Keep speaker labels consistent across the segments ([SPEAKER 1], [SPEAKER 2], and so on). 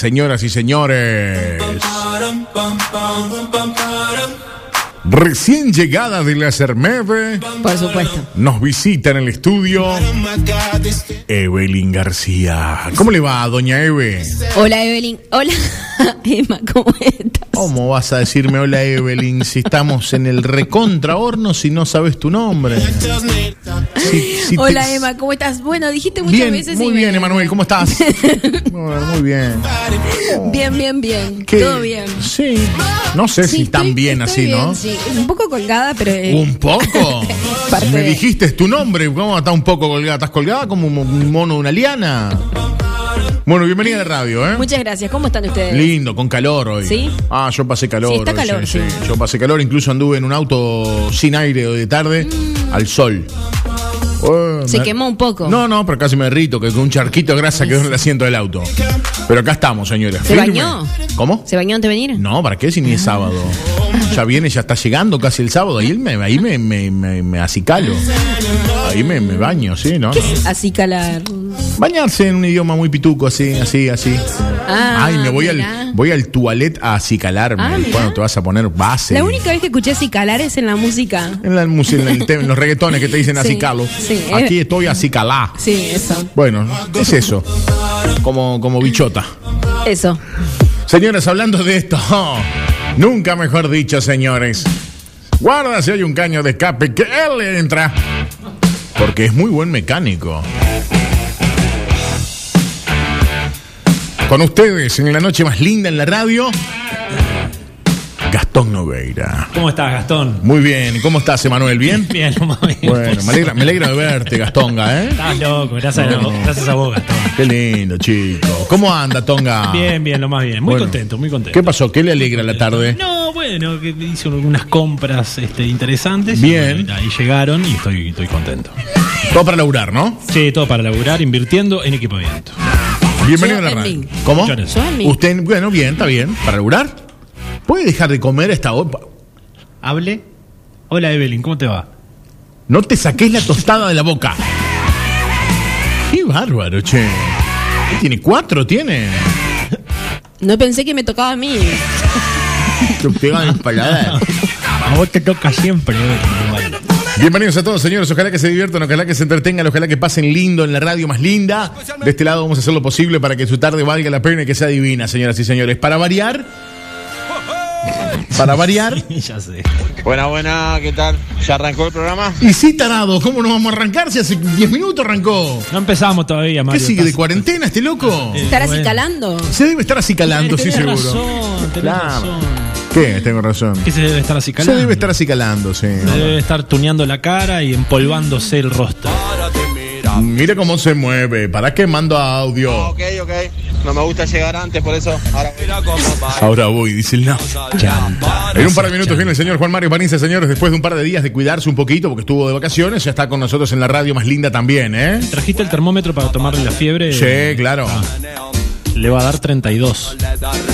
[SPEAKER 1] Señoras y señores, recién llegada de la Cermeve,
[SPEAKER 2] Por supuesto.
[SPEAKER 1] nos visita en el estudio Evelyn García. ¿Cómo le va, doña Eve?
[SPEAKER 2] Hola Evelyn. Hola Emma, ¿cómo estás?
[SPEAKER 1] ¿Cómo vas a decirme hola, Evelyn, si estamos en el recontra horno si no sabes tu nombre? Si- si te-
[SPEAKER 2] Hola Emma, ¿cómo estás? Bueno, dijiste muchas
[SPEAKER 1] Bien,
[SPEAKER 2] veces.
[SPEAKER 1] muy
[SPEAKER 2] y
[SPEAKER 1] bien,
[SPEAKER 2] me-
[SPEAKER 1] Emanuel, ¿cómo estás? Bueno, muy bien.
[SPEAKER 2] Bien, bien, bien.
[SPEAKER 1] ¿Qué?
[SPEAKER 2] Todo bien.
[SPEAKER 1] Sí. No sé si
[SPEAKER 2] Sí,
[SPEAKER 1] están
[SPEAKER 2] estoy-
[SPEAKER 1] bien
[SPEAKER 2] estoy
[SPEAKER 1] así, ¿no?
[SPEAKER 2] Sí, un poco colgada, pero. eh,
[SPEAKER 1] Un poco.
[SPEAKER 2] Parte
[SPEAKER 1] Me
[SPEAKER 2] de-
[SPEAKER 1] dijiste tu nombre, ¿cómo está un poco colgada? ¿Estás colgada como un mono de una liana? Bueno, bienvenida a la radio, ¿eh?
[SPEAKER 2] Muchas gracias. ¿Cómo están ustedes?
[SPEAKER 1] Lindo, con calor hoy.
[SPEAKER 2] ¿Sí?
[SPEAKER 1] Ah, yo pasé calor.
[SPEAKER 2] Sí, está
[SPEAKER 1] hoy,
[SPEAKER 2] calor, sí.
[SPEAKER 1] Yo pasé calor, incluso anduve en un auto sin aire hoy de tarde al sol. Eh,
[SPEAKER 2] Mm. Se
[SPEAKER 1] me-
[SPEAKER 2] quemó un poco.
[SPEAKER 1] No, no, pero casi me derrito, que con un charquito de grasa quedó en el asiento del auto. Pero acá estamos, señores.
[SPEAKER 2] ¿Se
[SPEAKER 1] firme.
[SPEAKER 2] bañó?
[SPEAKER 1] ¿Cómo?
[SPEAKER 2] ¿Se bañó antes de venir?
[SPEAKER 1] No, ¿para qué si ni es sábado? Ya viene, ya está llegando casi el sábado. Ahí me, ahí me, me, me, me acicalo. Ahí me, me baño, sí, ¿no? no.
[SPEAKER 2] Así calar.
[SPEAKER 1] Bañarse en un idioma muy pituco, así, así, así.
[SPEAKER 2] Ah,
[SPEAKER 1] Ay, me voy
[SPEAKER 2] mirá.
[SPEAKER 1] al, voy al toilet a acicalarme.
[SPEAKER 2] Ah, mirá.
[SPEAKER 1] Cuando te vas a poner base.
[SPEAKER 2] La única vez que escuché así calar es en la música.
[SPEAKER 1] En, la música, en, el tema, en los reggaetones que te dicen
[SPEAKER 2] Sí,
[SPEAKER 1] acicalo.
[SPEAKER 2] sí, eh.
[SPEAKER 1] Aquí estoy acicalá.
[SPEAKER 2] Sí, eso.
[SPEAKER 1] Bueno, ¿qué es eso? Como, como bichota.
[SPEAKER 2] Eso.
[SPEAKER 1] Señores, hablando de esto, oh, nunca mejor dicho, señores. Guarda si hay un caño de escape que él le entra. Porque es muy buen mecánico. Con ustedes en la noche más linda en la radio, Gastón Nogueira.
[SPEAKER 3] ¿Cómo estás, Gastón?
[SPEAKER 1] Muy bien, ¿cómo estás, Emanuel? ¿Bien?
[SPEAKER 3] Bien, no mames.
[SPEAKER 1] Bueno, me alegra, me alegra de verte, Gastonga, ¿eh?
[SPEAKER 3] Estás loco, gracias, a, gracias a vos, Gastón.
[SPEAKER 1] Qué lindo, chico. ¿Cómo anda, Tonga?
[SPEAKER 3] Bien, bien, lo más bien. Muy
[SPEAKER 1] Ah. Bueno.
[SPEAKER 3] contento, muy contento.
[SPEAKER 1] ¿Qué pasó? ¿Qué le alegra la tarde?
[SPEAKER 3] No, bueno, que hice unas compras este, interesantes. y
[SPEAKER 1] Bien.
[SPEAKER 3] bueno, Y, llegaron y estoy, estoy contento.
[SPEAKER 1] Todo para laburar, ¿no?
[SPEAKER 3] Sí, todo para laburar, invirtiendo en equipamiento.
[SPEAKER 1] Bienvenido a la
[SPEAKER 2] Yo en
[SPEAKER 1] radio.
[SPEAKER 2] mí.
[SPEAKER 1] ¿Cómo?
[SPEAKER 3] Yo en eso.
[SPEAKER 2] Yo en mí.
[SPEAKER 1] Usted, bueno, bien, está bien. ¿Para laburar? ¿Puede dejar de comer a esta hora?
[SPEAKER 3] Hable. Hola, Evelyn, ¿cómo te va?
[SPEAKER 1] No te saques la tostada de la boca. Qué bárbaro, che. ¿Qué tiene? ¿Cuatro tiene?
[SPEAKER 2] No pensé que me tocaba a mí.
[SPEAKER 1] Te pega en el paladar.
[SPEAKER 3] A vos te toca siempre, Evelyn.
[SPEAKER 1] Bienvenidos a todos, señores. Ojalá que se diviertan, ojalá que se entretengan, ojalá que pasen lindo en la radio más linda. De este lado vamos a hacer lo posible para que su tarde valga la pena y que sea divina, señoras y señores. Para variar. Para variar.
[SPEAKER 3] ya sé.
[SPEAKER 4] Buena, buena, ¿qué tal? ¿Ya arrancó el programa?
[SPEAKER 1] Y sí, tarado, ¿cómo nos vamos a arrancar si hace 10 minutos arrancó?
[SPEAKER 3] No empezamos todavía,
[SPEAKER 1] ¿Qué
[SPEAKER 3] Mario.
[SPEAKER 1] sigue de
[SPEAKER 3] estás-
[SPEAKER 1] cuarentena este loco?
[SPEAKER 2] ¿Estar así
[SPEAKER 3] Bueno.
[SPEAKER 2] calando?
[SPEAKER 1] Se debe estar acicalando, sí,
[SPEAKER 3] Eh, Tenés
[SPEAKER 1] seguro.
[SPEAKER 3] razón, tenés
[SPEAKER 1] Claro.
[SPEAKER 3] razón.
[SPEAKER 1] ¿Qué? Tengo razón.
[SPEAKER 3] ¿Qué se debe estar así
[SPEAKER 1] Se
[SPEAKER 3] calando?
[SPEAKER 1] debe estar acicalando, sí.
[SPEAKER 3] Se debe estar tuneando la cara y empolvándose el rostro.
[SPEAKER 1] Mira cómo se mueve, ¿para qué mando audio?
[SPEAKER 4] Ok, ok. No me gusta llegar antes, por eso ahora
[SPEAKER 1] Ahora voy, dice el no. En un par de minutos viene el señor Juan Mario Paniza, señores, después de un par de días de cuidarse un poquito porque estuvo de vacaciones, ya está con nosotros en la radio más linda también, ¿eh?
[SPEAKER 3] ¿Trajiste el termómetro para tomarle la fiebre?
[SPEAKER 1] Sí, claro.
[SPEAKER 3] Le va a dar 32.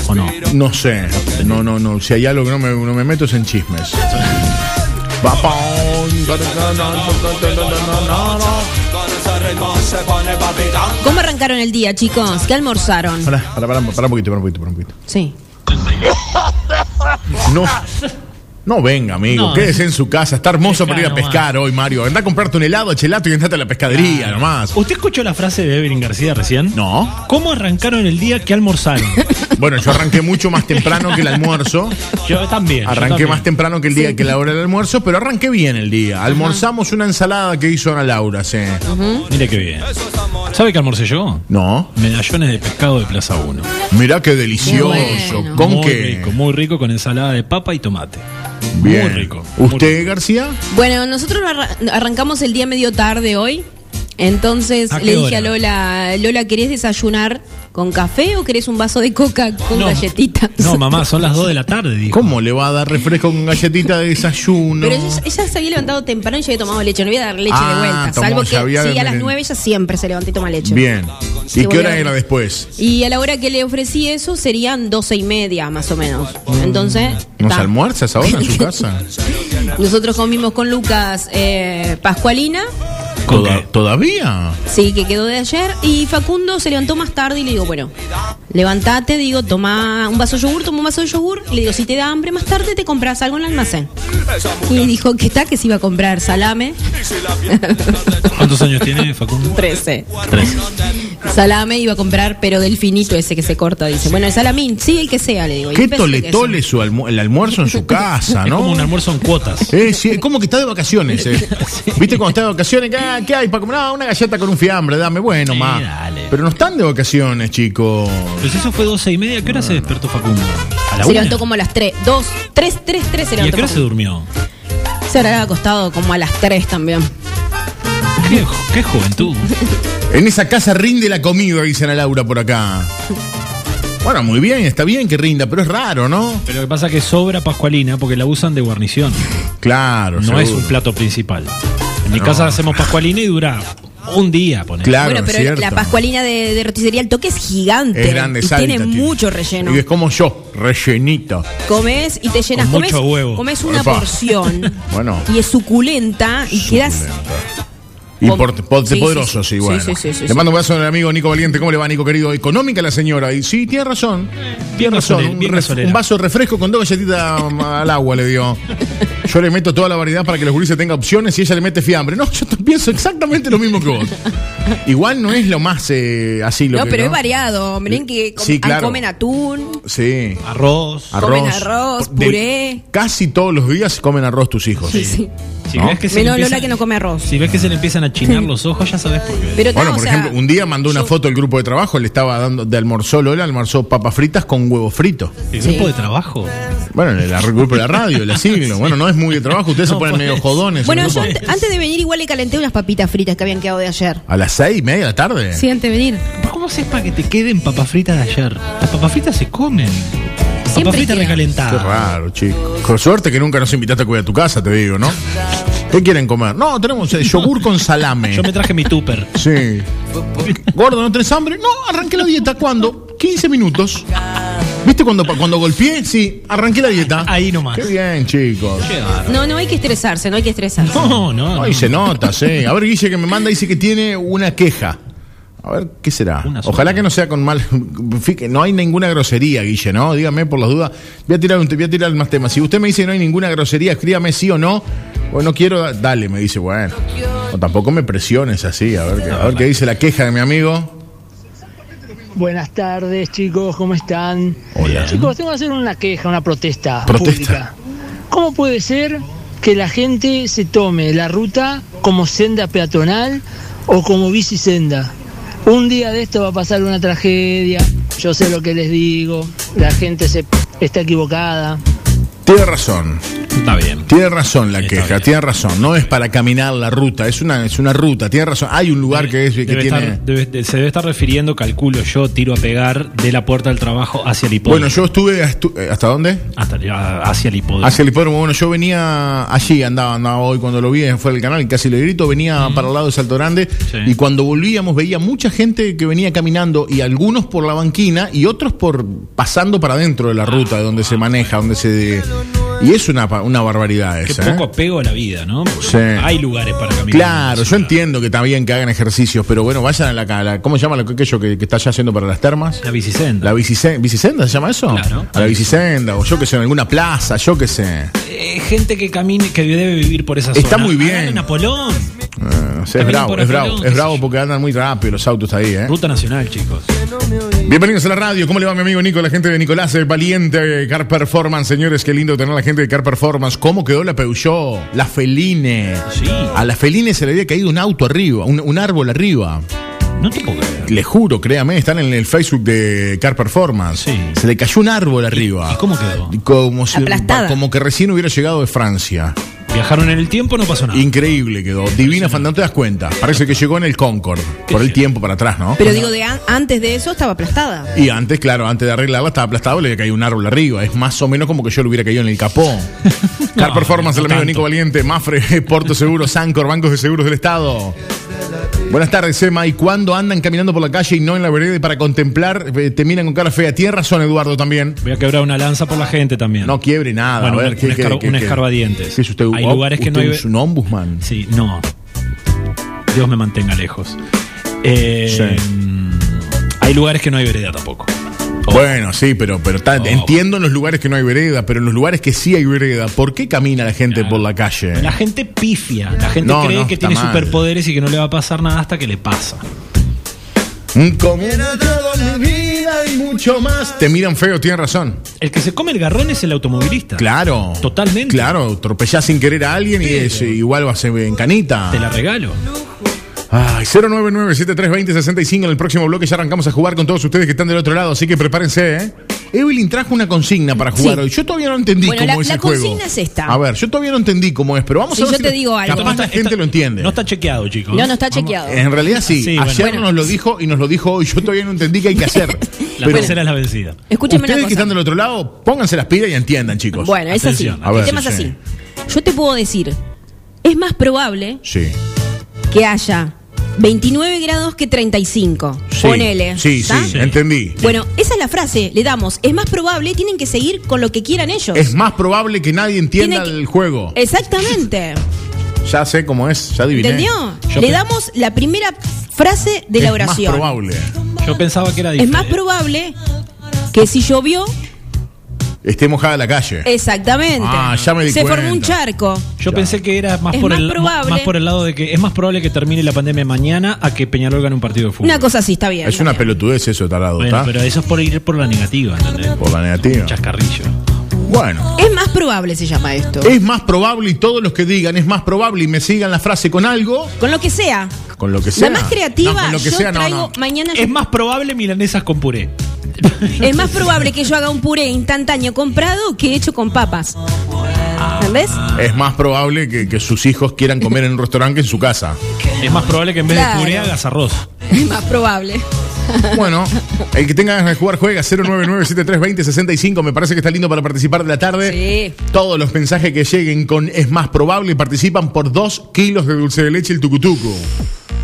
[SPEAKER 3] ¿O no?
[SPEAKER 1] No sé. No, no, no. Si hay algo que no me, no me meto es en chismes.
[SPEAKER 2] ¿Cómo arrancaron el día, chicos? ¿Qué almorzaron?
[SPEAKER 1] Pará, pará, pará, pará un poquito, pará un poquito, pará un poquito.
[SPEAKER 2] Sí.
[SPEAKER 1] No. No venga, amigo.
[SPEAKER 3] No.
[SPEAKER 1] Quédese en su casa. Está hermoso para ir a
[SPEAKER 3] Pesca
[SPEAKER 1] pescar hoy, Mario. Anda a comprarte un helado, chelato y andate a la pescadería nomás.
[SPEAKER 3] ¿Usted escuchó la frase de Evelyn García recién?
[SPEAKER 1] No.
[SPEAKER 3] ¿Cómo arrancaron el día que almorzaron?
[SPEAKER 1] Bueno, yo arranqué mucho más temprano que el almuerzo.
[SPEAKER 3] yo también. yo
[SPEAKER 1] Arranqué
[SPEAKER 3] también.
[SPEAKER 1] más temprano que el día que la hora del almuerzo, pero arranqué bien el día. Almorzamos una ensalada que hizo Ana Laura, sí.
[SPEAKER 3] Mire qué bien. ¿Sabe qué almorcé yo?
[SPEAKER 1] No.
[SPEAKER 3] Medallones de pescado de Plaza 1.
[SPEAKER 1] Mirá qué delicioso.
[SPEAKER 2] bueno.
[SPEAKER 1] ¿Con
[SPEAKER 3] muy
[SPEAKER 1] qué?
[SPEAKER 3] rico, muy rico con ensalada de papa y tomate.
[SPEAKER 1] Bien.
[SPEAKER 3] Muy rico. muy
[SPEAKER 1] ¿Usted, García?
[SPEAKER 2] Bueno, nosotros arra- arrancamos el día medio tarde hoy. Entonces
[SPEAKER 3] ¿A qué
[SPEAKER 2] le dije
[SPEAKER 3] hora?
[SPEAKER 2] a Lola, Lola, ¿querés desayunar con café o querés un vaso de coca con
[SPEAKER 3] No,
[SPEAKER 2] galletitas?
[SPEAKER 3] No, mamá, son las 2 de la tarde, dijo.
[SPEAKER 1] ¿Cómo le va a dar refresco con galletita de desayuno?
[SPEAKER 2] Pero ella, ella se había levantado temprano y ya había tomado leche. No voy a dar leche
[SPEAKER 1] Ah,
[SPEAKER 2] de vuelta.
[SPEAKER 1] tomó,
[SPEAKER 2] salvo
[SPEAKER 1] ya
[SPEAKER 2] que
[SPEAKER 1] había
[SPEAKER 2] sí, a las
[SPEAKER 1] meren-
[SPEAKER 2] 9 ella siempre se levanta y toma leche.
[SPEAKER 1] Bien.
[SPEAKER 2] Sí,
[SPEAKER 1] ¿Y qué
[SPEAKER 2] voy a
[SPEAKER 1] hora
[SPEAKER 2] ver.
[SPEAKER 1] era después?
[SPEAKER 2] Y a la hora que le ofrecí eso serían doce y media más o menos.
[SPEAKER 3] Mm.
[SPEAKER 2] Entonces.
[SPEAKER 1] ¿Nos
[SPEAKER 2] ta.
[SPEAKER 1] almuerzas ahora en su casa?
[SPEAKER 2] Nosotros comimos con Lucas eh, Pascualina.
[SPEAKER 3] ¿Con
[SPEAKER 1] Toda-
[SPEAKER 3] qué?
[SPEAKER 1] ¿Todavía?
[SPEAKER 2] Sí, que quedó de ayer. Y Facundo se levantó más tarde y le digo, bueno, levantate, digo, toma un vaso de yogur, toma un vaso de yogur. Le digo, si te da hambre más tarde, te compras algo en el almacén. Y dijo que está, que se iba a comprar salame.
[SPEAKER 3] ¿Cuántos años tiene Facundo?
[SPEAKER 2] 13.
[SPEAKER 3] Tres.
[SPEAKER 2] Salame iba a comprar, pero del finito ese que se corta, dice. Bueno, el salamín, sí, el que sea, le digo. Y
[SPEAKER 1] Qué
[SPEAKER 2] el peso que sea.
[SPEAKER 1] toletole su almu- el almuerzo en su casa,
[SPEAKER 3] Es
[SPEAKER 1] ¿no?
[SPEAKER 3] como un almuerzo en cuotas.
[SPEAKER 1] Eh, sí, es como que está de vacaciones. eh. ¿Viste cuando está de vacaciones? ¿Qué, hay- qué hay para comer? Ah, una galleta con un fiambre, dame. Bueno,
[SPEAKER 3] Sí,
[SPEAKER 1] ma.
[SPEAKER 3] dale.
[SPEAKER 1] Pero no están de vacaciones, chicos.
[SPEAKER 3] Pero si Pues eso fue 12 y media, ¿qué hora se despertó Facundo? A la
[SPEAKER 2] Se
[SPEAKER 3] una.
[SPEAKER 2] levantó como a las 3, 2, 3, 3, 3 se
[SPEAKER 3] ¿Y a qué
[SPEAKER 2] levantó.
[SPEAKER 3] hora se durmió?
[SPEAKER 2] Se habrá acostado como a las 3 también.
[SPEAKER 3] Qué, jo- qué juventud.
[SPEAKER 1] En esa casa rinde la comida, dicen a Laura por acá. Bueno, muy bien, está bien que rinda, pero es raro, ¿no?
[SPEAKER 3] Pero lo que pasa es que sobra pascualina porque la usan de guarnición.
[SPEAKER 1] Claro,
[SPEAKER 3] No
[SPEAKER 1] seguro.
[SPEAKER 3] es un plato principal. En mi
[SPEAKER 1] No.
[SPEAKER 3] casa hacemos pascualina y dura un día, poner.
[SPEAKER 1] Claro,
[SPEAKER 2] bueno, pero
[SPEAKER 1] es cierto.
[SPEAKER 2] la pascualina de, de roticería al toque es gigante.
[SPEAKER 1] Es grande,
[SPEAKER 2] y
[SPEAKER 1] es alta,
[SPEAKER 2] tiene mucho relleno.
[SPEAKER 1] Y es como yo, rellenito.
[SPEAKER 2] Comes y te llenas.
[SPEAKER 3] Con
[SPEAKER 2] comes,
[SPEAKER 3] mucho huevo.
[SPEAKER 2] comes una
[SPEAKER 1] Epa.
[SPEAKER 2] porción.
[SPEAKER 1] Bueno.
[SPEAKER 2] Y es suculenta y quedas.
[SPEAKER 1] Y
[SPEAKER 2] Con-
[SPEAKER 1] por, por-
[SPEAKER 2] sí, sí,
[SPEAKER 1] poderoso, sí,
[SPEAKER 2] sí. Sí,
[SPEAKER 1] bueno.
[SPEAKER 2] sí, sí, sí,
[SPEAKER 1] Le
[SPEAKER 2] sí.
[SPEAKER 1] mando un abrazo al amigo Nico Valiente. ¿Cómo le va, Nico, querido? Económica la señora. Y sí, tiene razón. Tiene razón.
[SPEAKER 3] razonera,
[SPEAKER 1] Un,
[SPEAKER 3] bien
[SPEAKER 1] ref-
[SPEAKER 3] razonera.
[SPEAKER 1] un vaso de refresco con dos galletitas um, al agua le dio. Yo le meto toda la variedad para que los gurises tengan opciones y ella le mete fiambre. No, yo t- pienso exactamente lo mismo que vos. Igual no es lo más eh, así lo
[SPEAKER 2] No,
[SPEAKER 1] que, Eh,
[SPEAKER 2] pero es variado. Miren que com-
[SPEAKER 1] Sí, claro.
[SPEAKER 2] comen atún.
[SPEAKER 1] Sí.
[SPEAKER 3] Arroz.
[SPEAKER 1] Arroz.
[SPEAKER 2] Comen arroz,
[SPEAKER 1] De-
[SPEAKER 2] puré.
[SPEAKER 1] casi todos los días comen arroz tus hijos.
[SPEAKER 2] Sí, sí.
[SPEAKER 3] Si
[SPEAKER 1] ¿No?
[SPEAKER 3] ves que se le
[SPEAKER 2] Menos Lola
[SPEAKER 3] empiezan-
[SPEAKER 2] que no come arroz.
[SPEAKER 3] Si ves que se le empiezan a chinar los ojos, ya sabes por qué.
[SPEAKER 2] Pero
[SPEAKER 1] Bueno,
[SPEAKER 2] no,
[SPEAKER 1] por
[SPEAKER 2] o sea,
[SPEAKER 1] ejemplo, un día mandó una
[SPEAKER 2] yo-
[SPEAKER 1] foto al grupo de trabajo, le estaba dando, de almorzó Lola, almorzó papas fritas con huevo frito.
[SPEAKER 3] El
[SPEAKER 2] Sí.
[SPEAKER 3] grupo de trabajo.
[SPEAKER 1] Bueno, en el ar- grupo de la radio, la siglo. Bueno, no es muy de trabajo, ustedes se
[SPEAKER 3] No,
[SPEAKER 1] ponen
[SPEAKER 3] pues.
[SPEAKER 1] medio jodones. en
[SPEAKER 2] Bueno,
[SPEAKER 1] el
[SPEAKER 2] yo
[SPEAKER 1] grupo.
[SPEAKER 2] ante- antes de venir igual le calenté unas papitas fritas que habían quedado de ayer.
[SPEAKER 1] A las seis y media de la tarde.
[SPEAKER 2] Sí, antes de venir.
[SPEAKER 3] ¿Cómo haces para que te queden papas fritas de ayer? Las papas fritas se comen.
[SPEAKER 2] Siempre
[SPEAKER 3] papas fritas
[SPEAKER 2] quedan.
[SPEAKER 1] Qué
[SPEAKER 3] recalentadas.
[SPEAKER 1] raro, chico. Con suerte que nunca nos invitaste a cuidar tu casa, te digo, ¿no? ¿Qué quieren comer? No, tenemos eh, yogur con salame.
[SPEAKER 3] Yo me traje mi tupper.
[SPEAKER 1] Sí. Gordo, ¿no tenés hambre? No, arranqué la dieta. ¿Cuándo? 15 minutos. ¿Viste cuando, cuando golpeé? Sí, arranqué la dieta.
[SPEAKER 3] Ahí nomás.
[SPEAKER 1] Qué bien, chicos.
[SPEAKER 3] Qué bárbaro.
[SPEAKER 2] No, no hay que estresarse, no hay que estresarse.
[SPEAKER 3] No, no. no.
[SPEAKER 1] Ay, se nota, sí. A ver, Guille que me manda dice que tiene una queja. A ver, ¿qué será?
[SPEAKER 3] Una sola.
[SPEAKER 1] Ojalá que no sea con mal. Fíjate, No hay ninguna grosería, Guille, ¿no? Dígame por las dudas. Voy a tirar un, voy a tirar más temas. Si usted me dice que no hay ninguna grosería, escríbame sí o no. O no quiero, da- dale, me dice, bueno. O tampoco me presiones así. A ver, qué- a ver qué dice la queja de mi amigo.
[SPEAKER 5] Buenas tardes, chicos, ¿cómo están?
[SPEAKER 1] Hola.
[SPEAKER 5] Chicos, tengo que hacer una queja, una protesta,
[SPEAKER 1] Protesta.
[SPEAKER 5] pública. ¿Cómo puede ser que la gente se tome la ruta como senda peatonal o como bicisenda? Un día de esto va a pasar una tragedia. Yo sé lo que les digo. La gente se está equivocada.
[SPEAKER 1] Tiene razón.
[SPEAKER 3] Está bien.
[SPEAKER 1] Tiene razón la
[SPEAKER 3] Está
[SPEAKER 1] queja,
[SPEAKER 3] bien.
[SPEAKER 1] tiene razón. No es para caminar la ruta, es una, es una ruta, tiene razón. Hay un lugar que, es, que
[SPEAKER 3] Debe
[SPEAKER 1] tiene.
[SPEAKER 3] estar- debe- de- se debe estar refiriendo, calculo yo, tiro a pegar de la puerta del trabajo hacia el hipódromo.
[SPEAKER 1] Bueno, yo estuve. estu- eh, ¿Hasta dónde?
[SPEAKER 3] Hasta, a- hacia el hipódromo.
[SPEAKER 1] Hacia el hipódromo, bueno, yo venía allí, andaba, andaba hoy cuando lo vi fuera del canal y casi le grito, venía para el lado de Salto Grande
[SPEAKER 3] Sí.
[SPEAKER 1] y cuando volvíamos veía mucha gente que venía caminando y algunos por la banquina y otros por pasando para adentro de la ruta de donde se maneja, donde se... Y es una, pa- una barbaridad
[SPEAKER 3] Qué
[SPEAKER 1] esa. ¿eh?
[SPEAKER 3] poco apego a la vida, ¿no? Porque
[SPEAKER 1] Sí.
[SPEAKER 3] Hay lugares para caminar.
[SPEAKER 1] Claro,
[SPEAKER 3] Sí,
[SPEAKER 1] yo entiendo que también que hagan ejercicios, pero bueno, vayan a la, a la- ¿cómo se llama lo que- aquello que, que está ya haciendo para las termas?
[SPEAKER 3] La bicicenda.
[SPEAKER 1] La bicicenda, ¿bicicenda se llama eso?
[SPEAKER 3] Claro.
[SPEAKER 1] A la bicicenda, o yo que sé, en alguna plaza, yo que sé.
[SPEAKER 3] Eh, gente que camine, que debe vivir por esa zona.
[SPEAKER 1] Está muy bien. ¿Eh?
[SPEAKER 3] Hagan Apolón.
[SPEAKER 1] No sé, es
[SPEAKER 3] Caminan
[SPEAKER 1] bravo,
[SPEAKER 3] por
[SPEAKER 1] es
[SPEAKER 3] acá,
[SPEAKER 1] bravo,
[SPEAKER 3] ¿no?
[SPEAKER 1] es bravo porque andan muy rápido los autos ahí, ¿eh?
[SPEAKER 3] Ruta Nacional, chicos.
[SPEAKER 1] Bienvenidos a la radio, ¿cómo le va mi amigo Nico? La gente de Nicolás, eh, valiente, eh, Car Performance, señores, qué lindo tener a la gente de Car Performance. ¿Cómo quedó la Peugeot? La Feline.
[SPEAKER 3] Sí.
[SPEAKER 1] A la Feline se le había caído un auto arriba, un, un árbol arriba.
[SPEAKER 3] No te puedo creer.
[SPEAKER 1] Le juro, créame, están en el Facebook de Car Performance.
[SPEAKER 3] Sí.
[SPEAKER 1] Se le cayó un árbol arriba.
[SPEAKER 3] ¿Y cómo quedó?
[SPEAKER 1] Como, si-
[SPEAKER 2] Aplastada.
[SPEAKER 1] como que recién hubiera llegado de Francia.
[SPEAKER 3] Viajaron en el tiempo, no pasó nada.
[SPEAKER 1] Ah, Increíble quedó. Divina Fandán, te das cuenta. Parece que llegó en el Concorde. Por el tiempo para atrás, ¿no?
[SPEAKER 2] Pero digo, de an- antes de eso estaba aplastada.
[SPEAKER 1] Y antes, claro, antes de arreglarla estaba aplastado y le había caído un árbol arriba. Es más o menos como que yo le hubiera caído en el capó. Car
[SPEAKER 3] No,
[SPEAKER 1] Performance, el
[SPEAKER 3] no
[SPEAKER 1] amigo
[SPEAKER 3] tanto.
[SPEAKER 1] Nico Valiente, Mafre, Porto Seguro, Sancor, Bancos de Seguros del Estado. Buenas tardes, Emma. ¿Y cuando andan caminando por la calle y no en la vereda y para contemplar, eh, te miran con cara fea? Tiene razón, Eduardo, también.
[SPEAKER 3] Voy a quebrar una lanza por la gente también.
[SPEAKER 1] No quiebre nada.
[SPEAKER 3] Bueno,
[SPEAKER 1] a ver,
[SPEAKER 3] un- un escar- un escarbadientes.
[SPEAKER 1] ¿Qué es usted?
[SPEAKER 3] Hay
[SPEAKER 1] ob-
[SPEAKER 3] lugares que no
[SPEAKER 1] usted
[SPEAKER 3] hay-
[SPEAKER 1] es un ombudsman.
[SPEAKER 3] Sí, no. Dios me mantenga lejos. Eh, Hay lugares que no hay vereda tampoco.
[SPEAKER 1] Eh.
[SPEAKER 3] Oh.
[SPEAKER 1] Bueno, sí, pero, pero está-
[SPEAKER 3] Oh.
[SPEAKER 1] entiendo en los lugares que no hay vereda, pero en los lugares que sí hay vereda, ¿por qué camina la gente
[SPEAKER 3] Claro.
[SPEAKER 1] por la calle?
[SPEAKER 3] La gente pifia, la gente
[SPEAKER 1] No,
[SPEAKER 3] cree
[SPEAKER 1] no,
[SPEAKER 3] que
[SPEAKER 1] está
[SPEAKER 3] tiene
[SPEAKER 1] mal.
[SPEAKER 3] superpoderes y que no le va a pasar nada hasta que le pasa.
[SPEAKER 1] Un común todo la vida y Mm, mucho más. Te miran feo, tienes razón.
[SPEAKER 3] El que se come el garrón es el automovilista.
[SPEAKER 1] Claro.
[SPEAKER 3] Totalmente.
[SPEAKER 1] Claro, atropellás sin querer a alguien y es, igual vas en en canita.
[SPEAKER 3] Te la regalo.
[SPEAKER 1] Ay, 099-7320-65. En el próximo bloque ya arrancamos a jugar con todos ustedes que están del otro lado, así que prepárense, ¿eh? Evelyn trajo una consigna para jugar
[SPEAKER 2] Sí.
[SPEAKER 1] hoy. Yo todavía no entendí
[SPEAKER 2] Bueno,
[SPEAKER 1] cómo
[SPEAKER 2] la-
[SPEAKER 1] es
[SPEAKER 2] la
[SPEAKER 1] el juego.
[SPEAKER 2] consigna es esta.
[SPEAKER 1] A ver, yo todavía no entendí cómo es, pero vamos
[SPEAKER 2] Sí,
[SPEAKER 1] a ver
[SPEAKER 2] yo
[SPEAKER 1] si
[SPEAKER 2] te
[SPEAKER 1] la-
[SPEAKER 2] digo algo.
[SPEAKER 1] capaz la
[SPEAKER 3] Está-
[SPEAKER 1] gente
[SPEAKER 3] está-
[SPEAKER 1] lo entiende.
[SPEAKER 3] No está chequeado, chicos.
[SPEAKER 2] No, no está chequeado.
[SPEAKER 1] En realidad sí.
[SPEAKER 3] Sí, bueno.
[SPEAKER 1] Ayer
[SPEAKER 3] Bueno.
[SPEAKER 1] nos lo dijo y nos lo dijo hoy. Yo todavía no entendí qué hay que hacer.
[SPEAKER 3] La
[SPEAKER 1] Pero
[SPEAKER 3] tercera es la vencida.
[SPEAKER 2] Escúcheme una
[SPEAKER 1] ustedes que
[SPEAKER 2] cosa.
[SPEAKER 1] están del otro lado, pónganse las pilas y entiendan, chicos.
[SPEAKER 2] Bueno, es así.
[SPEAKER 3] Atención,
[SPEAKER 1] a ver,
[SPEAKER 2] el tema
[SPEAKER 1] sí,
[SPEAKER 2] es
[SPEAKER 1] sí.
[SPEAKER 2] así. Yo te puedo decir, es más probable
[SPEAKER 1] Sí.
[SPEAKER 2] que haya 29 grados que 35.
[SPEAKER 1] Sí.
[SPEAKER 2] Ponele.
[SPEAKER 1] Sí,
[SPEAKER 2] ¿está?
[SPEAKER 1] sí, entendí.
[SPEAKER 2] Bueno, esa es la frase, le damos, es más probable, tienen que seguir con lo que quieran ellos.
[SPEAKER 1] Es más probable que nadie entienda
[SPEAKER 2] Tiene que- Eh,
[SPEAKER 1] el juego.
[SPEAKER 2] Exactamente.
[SPEAKER 1] Ya sé cómo es, ya adiviné.
[SPEAKER 2] ¿Entendió?
[SPEAKER 3] Yo
[SPEAKER 2] le
[SPEAKER 3] pe-
[SPEAKER 2] damos la primera frase de
[SPEAKER 1] Es
[SPEAKER 2] la oración.
[SPEAKER 1] más probable. ¿eh?
[SPEAKER 3] Yo pensaba que era
[SPEAKER 2] Es
[SPEAKER 3] diferente.
[SPEAKER 2] más probable que si llovió,
[SPEAKER 1] Esté mojada la calle.
[SPEAKER 2] Eh, exactamente.
[SPEAKER 1] Ah, ya me di
[SPEAKER 2] se
[SPEAKER 1] cuenta.
[SPEAKER 2] formó un charco.
[SPEAKER 3] Yo
[SPEAKER 1] Ya.
[SPEAKER 3] pensé que era más
[SPEAKER 2] Es
[SPEAKER 3] por,
[SPEAKER 2] más
[SPEAKER 3] el,
[SPEAKER 2] probable-
[SPEAKER 3] más por el lado de que es más probable que termine la pandemia mañana a que Peñarol gane un partido de fútbol.
[SPEAKER 2] Una cosa así, está bien.
[SPEAKER 1] es
[SPEAKER 2] está
[SPEAKER 1] una
[SPEAKER 2] bien.
[SPEAKER 1] pelotudez eso, tarado,
[SPEAKER 3] Bueno,
[SPEAKER 1] ¿está?
[SPEAKER 3] pero eso es por ir por la negativa, ¿entendés?
[SPEAKER 1] Por la negativa.
[SPEAKER 3] Un chascarrillo.
[SPEAKER 1] Bueno.
[SPEAKER 2] Es más probable se llama esto.
[SPEAKER 1] Es más probable y todos los que digan es más probable y me sigan la frase con algo,
[SPEAKER 2] Con lo que sea.
[SPEAKER 1] con lo que sea.
[SPEAKER 2] La más
[SPEAKER 1] No,
[SPEAKER 2] creativa,
[SPEAKER 1] con lo que
[SPEAKER 2] yo
[SPEAKER 1] sea, no,
[SPEAKER 2] traigo
[SPEAKER 1] no.
[SPEAKER 2] mañana.
[SPEAKER 3] Es más probable milanesas con puré.
[SPEAKER 2] Es más probable que yo haga un puré instantáneo comprado que hecho con papas. ¿Entendés?
[SPEAKER 1] Es más probable que, que sus hijos quieran comer en un restaurante que en su casa.
[SPEAKER 3] Es más probable que en vez
[SPEAKER 2] Claro.
[SPEAKER 3] de puré hagas arroz.
[SPEAKER 2] Es más probable.
[SPEAKER 1] Bueno, el que tenga ganas de jugar juega 099-7320-65. Me parece que está lindo para participar de la tarde.
[SPEAKER 2] Sí.
[SPEAKER 1] Todos los mensajes que lleguen con es más probable participan por dos kilos de dulce de leche el tucutucu.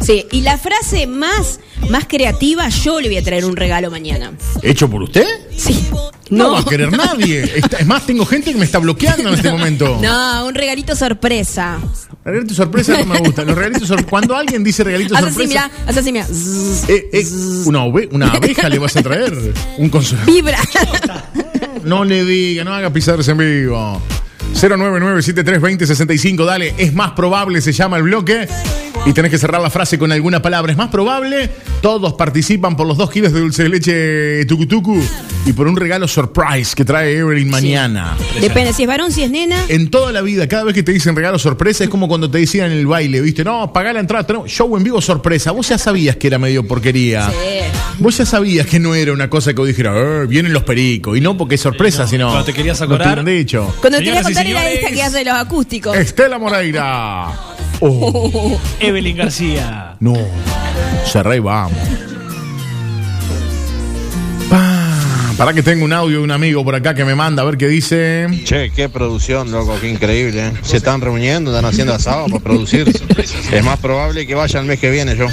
[SPEAKER 2] Sí, y la frase más, más creativa, yo le voy a traer un regalo mañana.
[SPEAKER 1] ¿Hecho por usted?
[SPEAKER 2] Sí.
[SPEAKER 1] No, va a querer nadie. Está- Es más, tengo gente que me está bloqueando en este momento.
[SPEAKER 2] No, un regalito sorpresa.
[SPEAKER 1] Regalito sorpresa no me gusta. Los regalitos sor- Cuando alguien dice regalito
[SPEAKER 2] Haz así,
[SPEAKER 1] sorpresa.
[SPEAKER 2] mirá, haz así, mirá. Zzz,
[SPEAKER 1] eh, eh, una, ove- una abeja le vas a traer. Un consejo.
[SPEAKER 2] Vibra.
[SPEAKER 1] No le diga, no haga pisarse en vivo. 099-7320-65, dale, es más probable, se llama el bloque. Y tenés que cerrar la frase con alguna palabra. Es más probable, todos participan por los dos kilos de dulce de leche tucutucu y por un regalo surprise que trae Evelyn mañana.
[SPEAKER 2] Depende si es varón, si es nena.
[SPEAKER 1] En toda la vida, cada vez que te dicen regalo sorpresa, es como cuando te decían en el baile, ¿viste? No, pagá la entrada, tenemos show en vivo sorpresa. Vos ya sabías que era medio porquería. Vos ya sabías que no era una cosa que vos dijeras, "Eh, vienen los pericos. Y no porque es sorpresa,
[SPEAKER 3] Sí,
[SPEAKER 1] sino.
[SPEAKER 3] no. Cuando te querías
[SPEAKER 1] no
[SPEAKER 3] acordar.
[SPEAKER 1] hubieran dicho.
[SPEAKER 2] Cuando te voy a
[SPEAKER 3] Señoras y
[SPEAKER 2] contar era esta
[SPEAKER 3] señores.
[SPEAKER 2] que hace los acústicos.
[SPEAKER 1] Estela Moreira. Oh,
[SPEAKER 3] Evelyn García.
[SPEAKER 1] no. Cerré y vamos. Pa, Pará que tengo un audio de un amigo por acá que me manda a ver qué dice.
[SPEAKER 4] Che, qué producción, loco, qué increíble. ¿eh? Se están reuniendo, están haciendo asado para producir. Es más probable que vaya el mes que viene yo.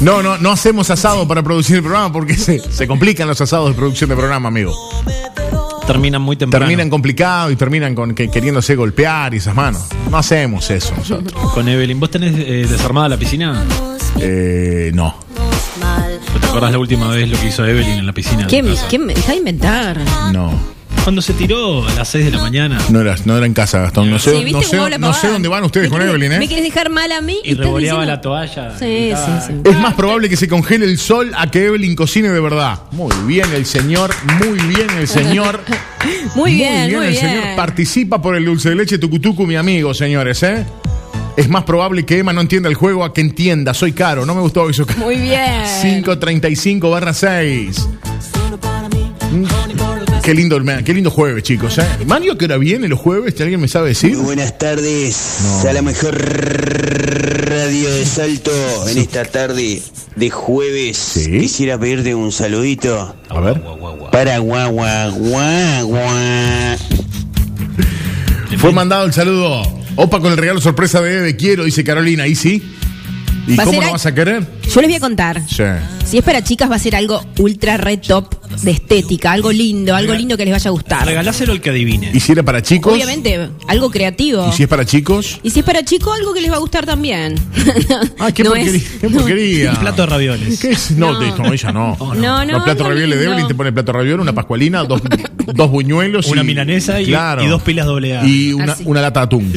[SPEAKER 1] No, no, no hacemos asado para producir el programa porque se, se complican los asados de producción de programa, amigo.
[SPEAKER 3] Terminan muy temprano.
[SPEAKER 1] Terminan complicado y terminan con que, queriéndose golpear y esas manos. No hacemos eso nosotros.
[SPEAKER 3] con Evelyn. ¿Vos tenés eh, desarmada la piscina?
[SPEAKER 1] Eh, no.
[SPEAKER 3] ¿Te acordás la última vez lo que hizo Evelyn en la piscina? de
[SPEAKER 2] ¿Qué,
[SPEAKER 3] tu
[SPEAKER 2] me-
[SPEAKER 3] casa?
[SPEAKER 2] qué me deja de inventar?
[SPEAKER 1] No,
[SPEAKER 3] Cuando se tiró a las 6 de la mañana
[SPEAKER 1] no era, no era en casa, Gastón. No sé,
[SPEAKER 2] Sí, ¿viste
[SPEAKER 1] no sé-
[SPEAKER 2] cómo habla
[SPEAKER 1] no sé
[SPEAKER 2] pavada?
[SPEAKER 1] dónde van ustedes
[SPEAKER 2] ¿Me
[SPEAKER 1] con
[SPEAKER 2] querés-
[SPEAKER 1] Evelyn,
[SPEAKER 2] ¿Me
[SPEAKER 1] ¿eh?
[SPEAKER 2] quieres dejar mal a mí?
[SPEAKER 3] y
[SPEAKER 2] estás
[SPEAKER 3] revoleaba
[SPEAKER 2] diciendo-
[SPEAKER 3] la toalla.
[SPEAKER 2] Sí, sí, sí.
[SPEAKER 1] Es más probable que se congele el sol a que Evelyn cocine de verdad. Muy bien el señor, muy bien el señor.
[SPEAKER 2] Muy bien, muy
[SPEAKER 1] el
[SPEAKER 2] bien.
[SPEAKER 1] señor. Participa por el dulce de leche tucutucu, mi amigo, señores, ¿eh? Es más probable que Emma no entienda el juego a que entienda. Soy caro, no me gustó eso.
[SPEAKER 2] Muy bien.
[SPEAKER 1] 535 barra 6. Qué lindo, el me- qué lindo jueves, chicos. ¿eh? Mario, que hora viene los jueves? ¿Alguien me sabe decir?
[SPEAKER 6] Muy buenas tardes a la mejor radio de Salto en esta tarde de jueves.
[SPEAKER 1] Sí.
[SPEAKER 6] Quisiera pedirte un saludito
[SPEAKER 1] A ver.
[SPEAKER 6] para guagua guagua.
[SPEAKER 1] Fue mandado el saludo. Opa con el regalo sorpresa de Eve, quiero, dice Carolina. ¿Y sí? ¿Y
[SPEAKER 2] Va a
[SPEAKER 1] cómo
[SPEAKER 2] ser
[SPEAKER 1] lo
[SPEAKER 2] a-
[SPEAKER 1] vas a querer?
[SPEAKER 2] Yo les voy a contar.
[SPEAKER 1] Sí.
[SPEAKER 2] Si es para chicas va a ser algo ultra re top de estética, algo lindo, algo
[SPEAKER 3] Regal-
[SPEAKER 2] lindo que les vaya a gustar.
[SPEAKER 3] Regaláselo al que adivine.
[SPEAKER 1] ¿Y si era para chicos?
[SPEAKER 2] Obviamente, algo creativo.
[SPEAKER 1] ¿Y si es para chicos?
[SPEAKER 2] Y si es para chico, algo que les va a gustar también.
[SPEAKER 1] Ah, qué
[SPEAKER 2] No
[SPEAKER 1] porquería.
[SPEAKER 2] es-
[SPEAKER 1] qué
[SPEAKER 2] no-
[SPEAKER 1] porquería.
[SPEAKER 3] Un plato de ravioles.
[SPEAKER 1] ¿Qué es? No,
[SPEAKER 2] No.
[SPEAKER 1] te- no, ella no.
[SPEAKER 2] No, no,
[SPEAKER 1] Los platos
[SPEAKER 2] algo
[SPEAKER 1] ravioles de
[SPEAKER 2] lindo.
[SPEAKER 1] Evelyn te pone plato raviol, una pascualina, dos, dos buñuelos.
[SPEAKER 3] Una milanesa y- y dos pilas doble A.
[SPEAKER 1] Y una,
[SPEAKER 2] Así.
[SPEAKER 1] una lata de atún.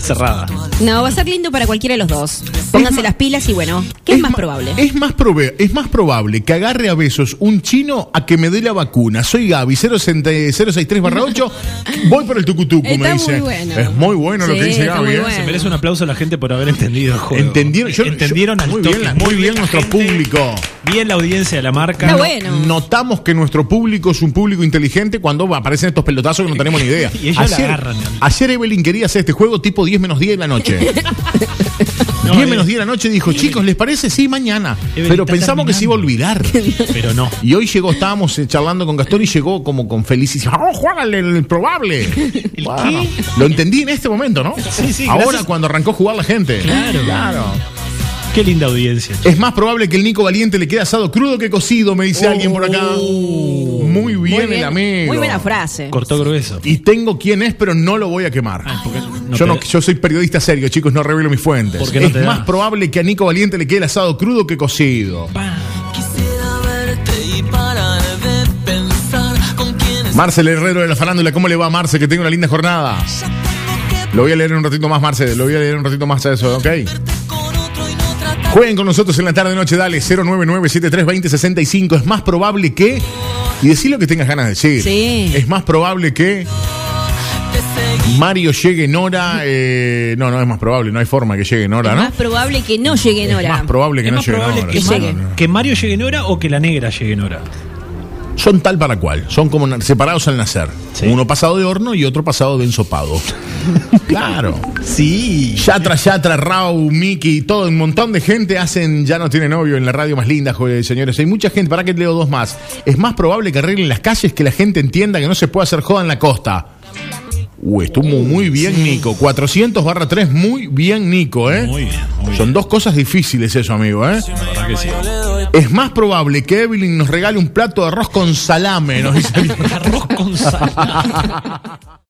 [SPEAKER 3] Cerrada.
[SPEAKER 2] No, va a ser lindo para cualquiera de los dos. Pónganse las pilas y bueno, ¿qué es, más
[SPEAKER 1] ma-
[SPEAKER 2] probable?
[SPEAKER 1] Es más, probe- es más probable que agarre a besos un chino a que me dé la vacuna. Soy Gaby, 063 barra 8. Voy por el tucutucu, me
[SPEAKER 2] Está muy
[SPEAKER 1] dice.
[SPEAKER 2] bueno.
[SPEAKER 1] Es muy bueno lo
[SPEAKER 2] Sí,
[SPEAKER 1] que dice
[SPEAKER 2] está
[SPEAKER 1] Gaby.
[SPEAKER 2] muy
[SPEAKER 1] ¿eh?
[SPEAKER 2] bueno.
[SPEAKER 3] Se merece un aplauso a la gente por haber entendido el juego.
[SPEAKER 1] Entendieron, yo-
[SPEAKER 3] Entendieron
[SPEAKER 1] yo-
[SPEAKER 3] al
[SPEAKER 1] muy
[SPEAKER 3] toque.
[SPEAKER 1] bien la- muy bien
[SPEAKER 3] la
[SPEAKER 1] nuestro público.
[SPEAKER 3] Bien la audiencia de la marca.
[SPEAKER 2] Está bueno.
[SPEAKER 1] Notamos que nuestro público es un público inteligente cuando aparecen estos pelotazos que no tenemos ni idea.
[SPEAKER 3] Y ellos la agarran.
[SPEAKER 1] ayer Evelyn quería hacer este juego tipo 10 menos 10 de la noche. 10 menos 10 de la noche dijo, chicos, ¿les parece? Sí, mañana.
[SPEAKER 3] eh. Evelyn,
[SPEAKER 1] Pero
[SPEAKER 3] está
[SPEAKER 1] pensamos que se iba a olvidar.
[SPEAKER 3] Pero no.
[SPEAKER 1] Y hoy llegó, estábamos eh, charlando con Gastón y llegó como con felicidad. ¡Oh, Juan, el, el probable! Bueno, Lo entendí en este momento, ¿no?
[SPEAKER 3] Sí, sí,
[SPEAKER 1] Ahora
[SPEAKER 3] gracias.
[SPEAKER 1] cuando arrancó a jugar la gente.
[SPEAKER 3] Claro. Qué linda audiencia.
[SPEAKER 1] Es más probable que el Nico Valiente le quede asado crudo que cocido, me dice alguien por acá.
[SPEAKER 3] Oh.
[SPEAKER 1] Muy bien,
[SPEAKER 2] Muy bien,
[SPEAKER 1] el amigo.
[SPEAKER 2] Muy buena frase.
[SPEAKER 3] Cortó grueso.
[SPEAKER 1] Y tengo quién es, pero no lo voy a quemar.
[SPEAKER 3] Ah, porque-
[SPEAKER 2] Ah.
[SPEAKER 3] no,
[SPEAKER 1] yo, no,
[SPEAKER 3] pero-
[SPEAKER 1] yo soy periodista serio, chicos, no revelo mis fuentes.
[SPEAKER 3] ¿Por qué no
[SPEAKER 1] es
[SPEAKER 3] te da?
[SPEAKER 1] más probable que a Nico Valiente le quede el asado crudo que cocido.
[SPEAKER 7] Quisiera verte y parar de pensar con quién es.
[SPEAKER 1] Marcel Herrero de la Farándula, ¿cómo le va Marce? Que tenga una linda jornada.
[SPEAKER 7] Ya tengo que
[SPEAKER 1] Lo voy a leer en un ratito más, Marce. Lo voy a leer en un ratito más a eso, ¿ok?
[SPEAKER 7] verte con otro y no tratar.
[SPEAKER 1] Jueguen con nosotros en la tarde noche, dale 099732065. Es más probable que. Y decir lo que tengas ganas de decir.
[SPEAKER 2] Sí.
[SPEAKER 1] Es más probable que
[SPEAKER 7] Te seguí
[SPEAKER 1] Mario llegue en hora. eh, no, no es más probable, no hay forma que llegue en hora,
[SPEAKER 2] es
[SPEAKER 1] ¿no?
[SPEAKER 2] más probable que no llegue en
[SPEAKER 1] Es
[SPEAKER 2] hora.
[SPEAKER 1] más probable que
[SPEAKER 3] Es
[SPEAKER 1] no
[SPEAKER 3] más
[SPEAKER 1] llegue en
[SPEAKER 3] probable
[SPEAKER 1] hora.
[SPEAKER 3] que,
[SPEAKER 1] No,
[SPEAKER 2] llegue.
[SPEAKER 1] no, no.
[SPEAKER 3] que Mario llegue en hora o que la negra llegue en hora.
[SPEAKER 1] Son tal para cual, son como na- separados al nacer.
[SPEAKER 3] Sí.
[SPEAKER 1] Uno pasado de horno y otro pasado de ensopado. claro.
[SPEAKER 3] Sí.
[SPEAKER 1] Yatra, Yatra, Rau, Miki, todo, un montón de gente hacen Ya no tiene novio en la radio más linda, jo- señores. Hay mucha gente, para que leo dos más. Es más probable que arreglen las calles que la gente entienda que no se puede hacer joda en la costa. Uy, estuvo muy bien, Nico. 400 barra 3, muy bien, Nico, ¿eh?
[SPEAKER 3] Muy bien, muy bien.
[SPEAKER 1] Son dos cosas difíciles eso, amigo, ¿eh?
[SPEAKER 3] La verdad que sí.
[SPEAKER 1] Es más probable que Evelyn nos regale un plato de arroz con salame, nos dice.
[SPEAKER 3] Arroz con sal.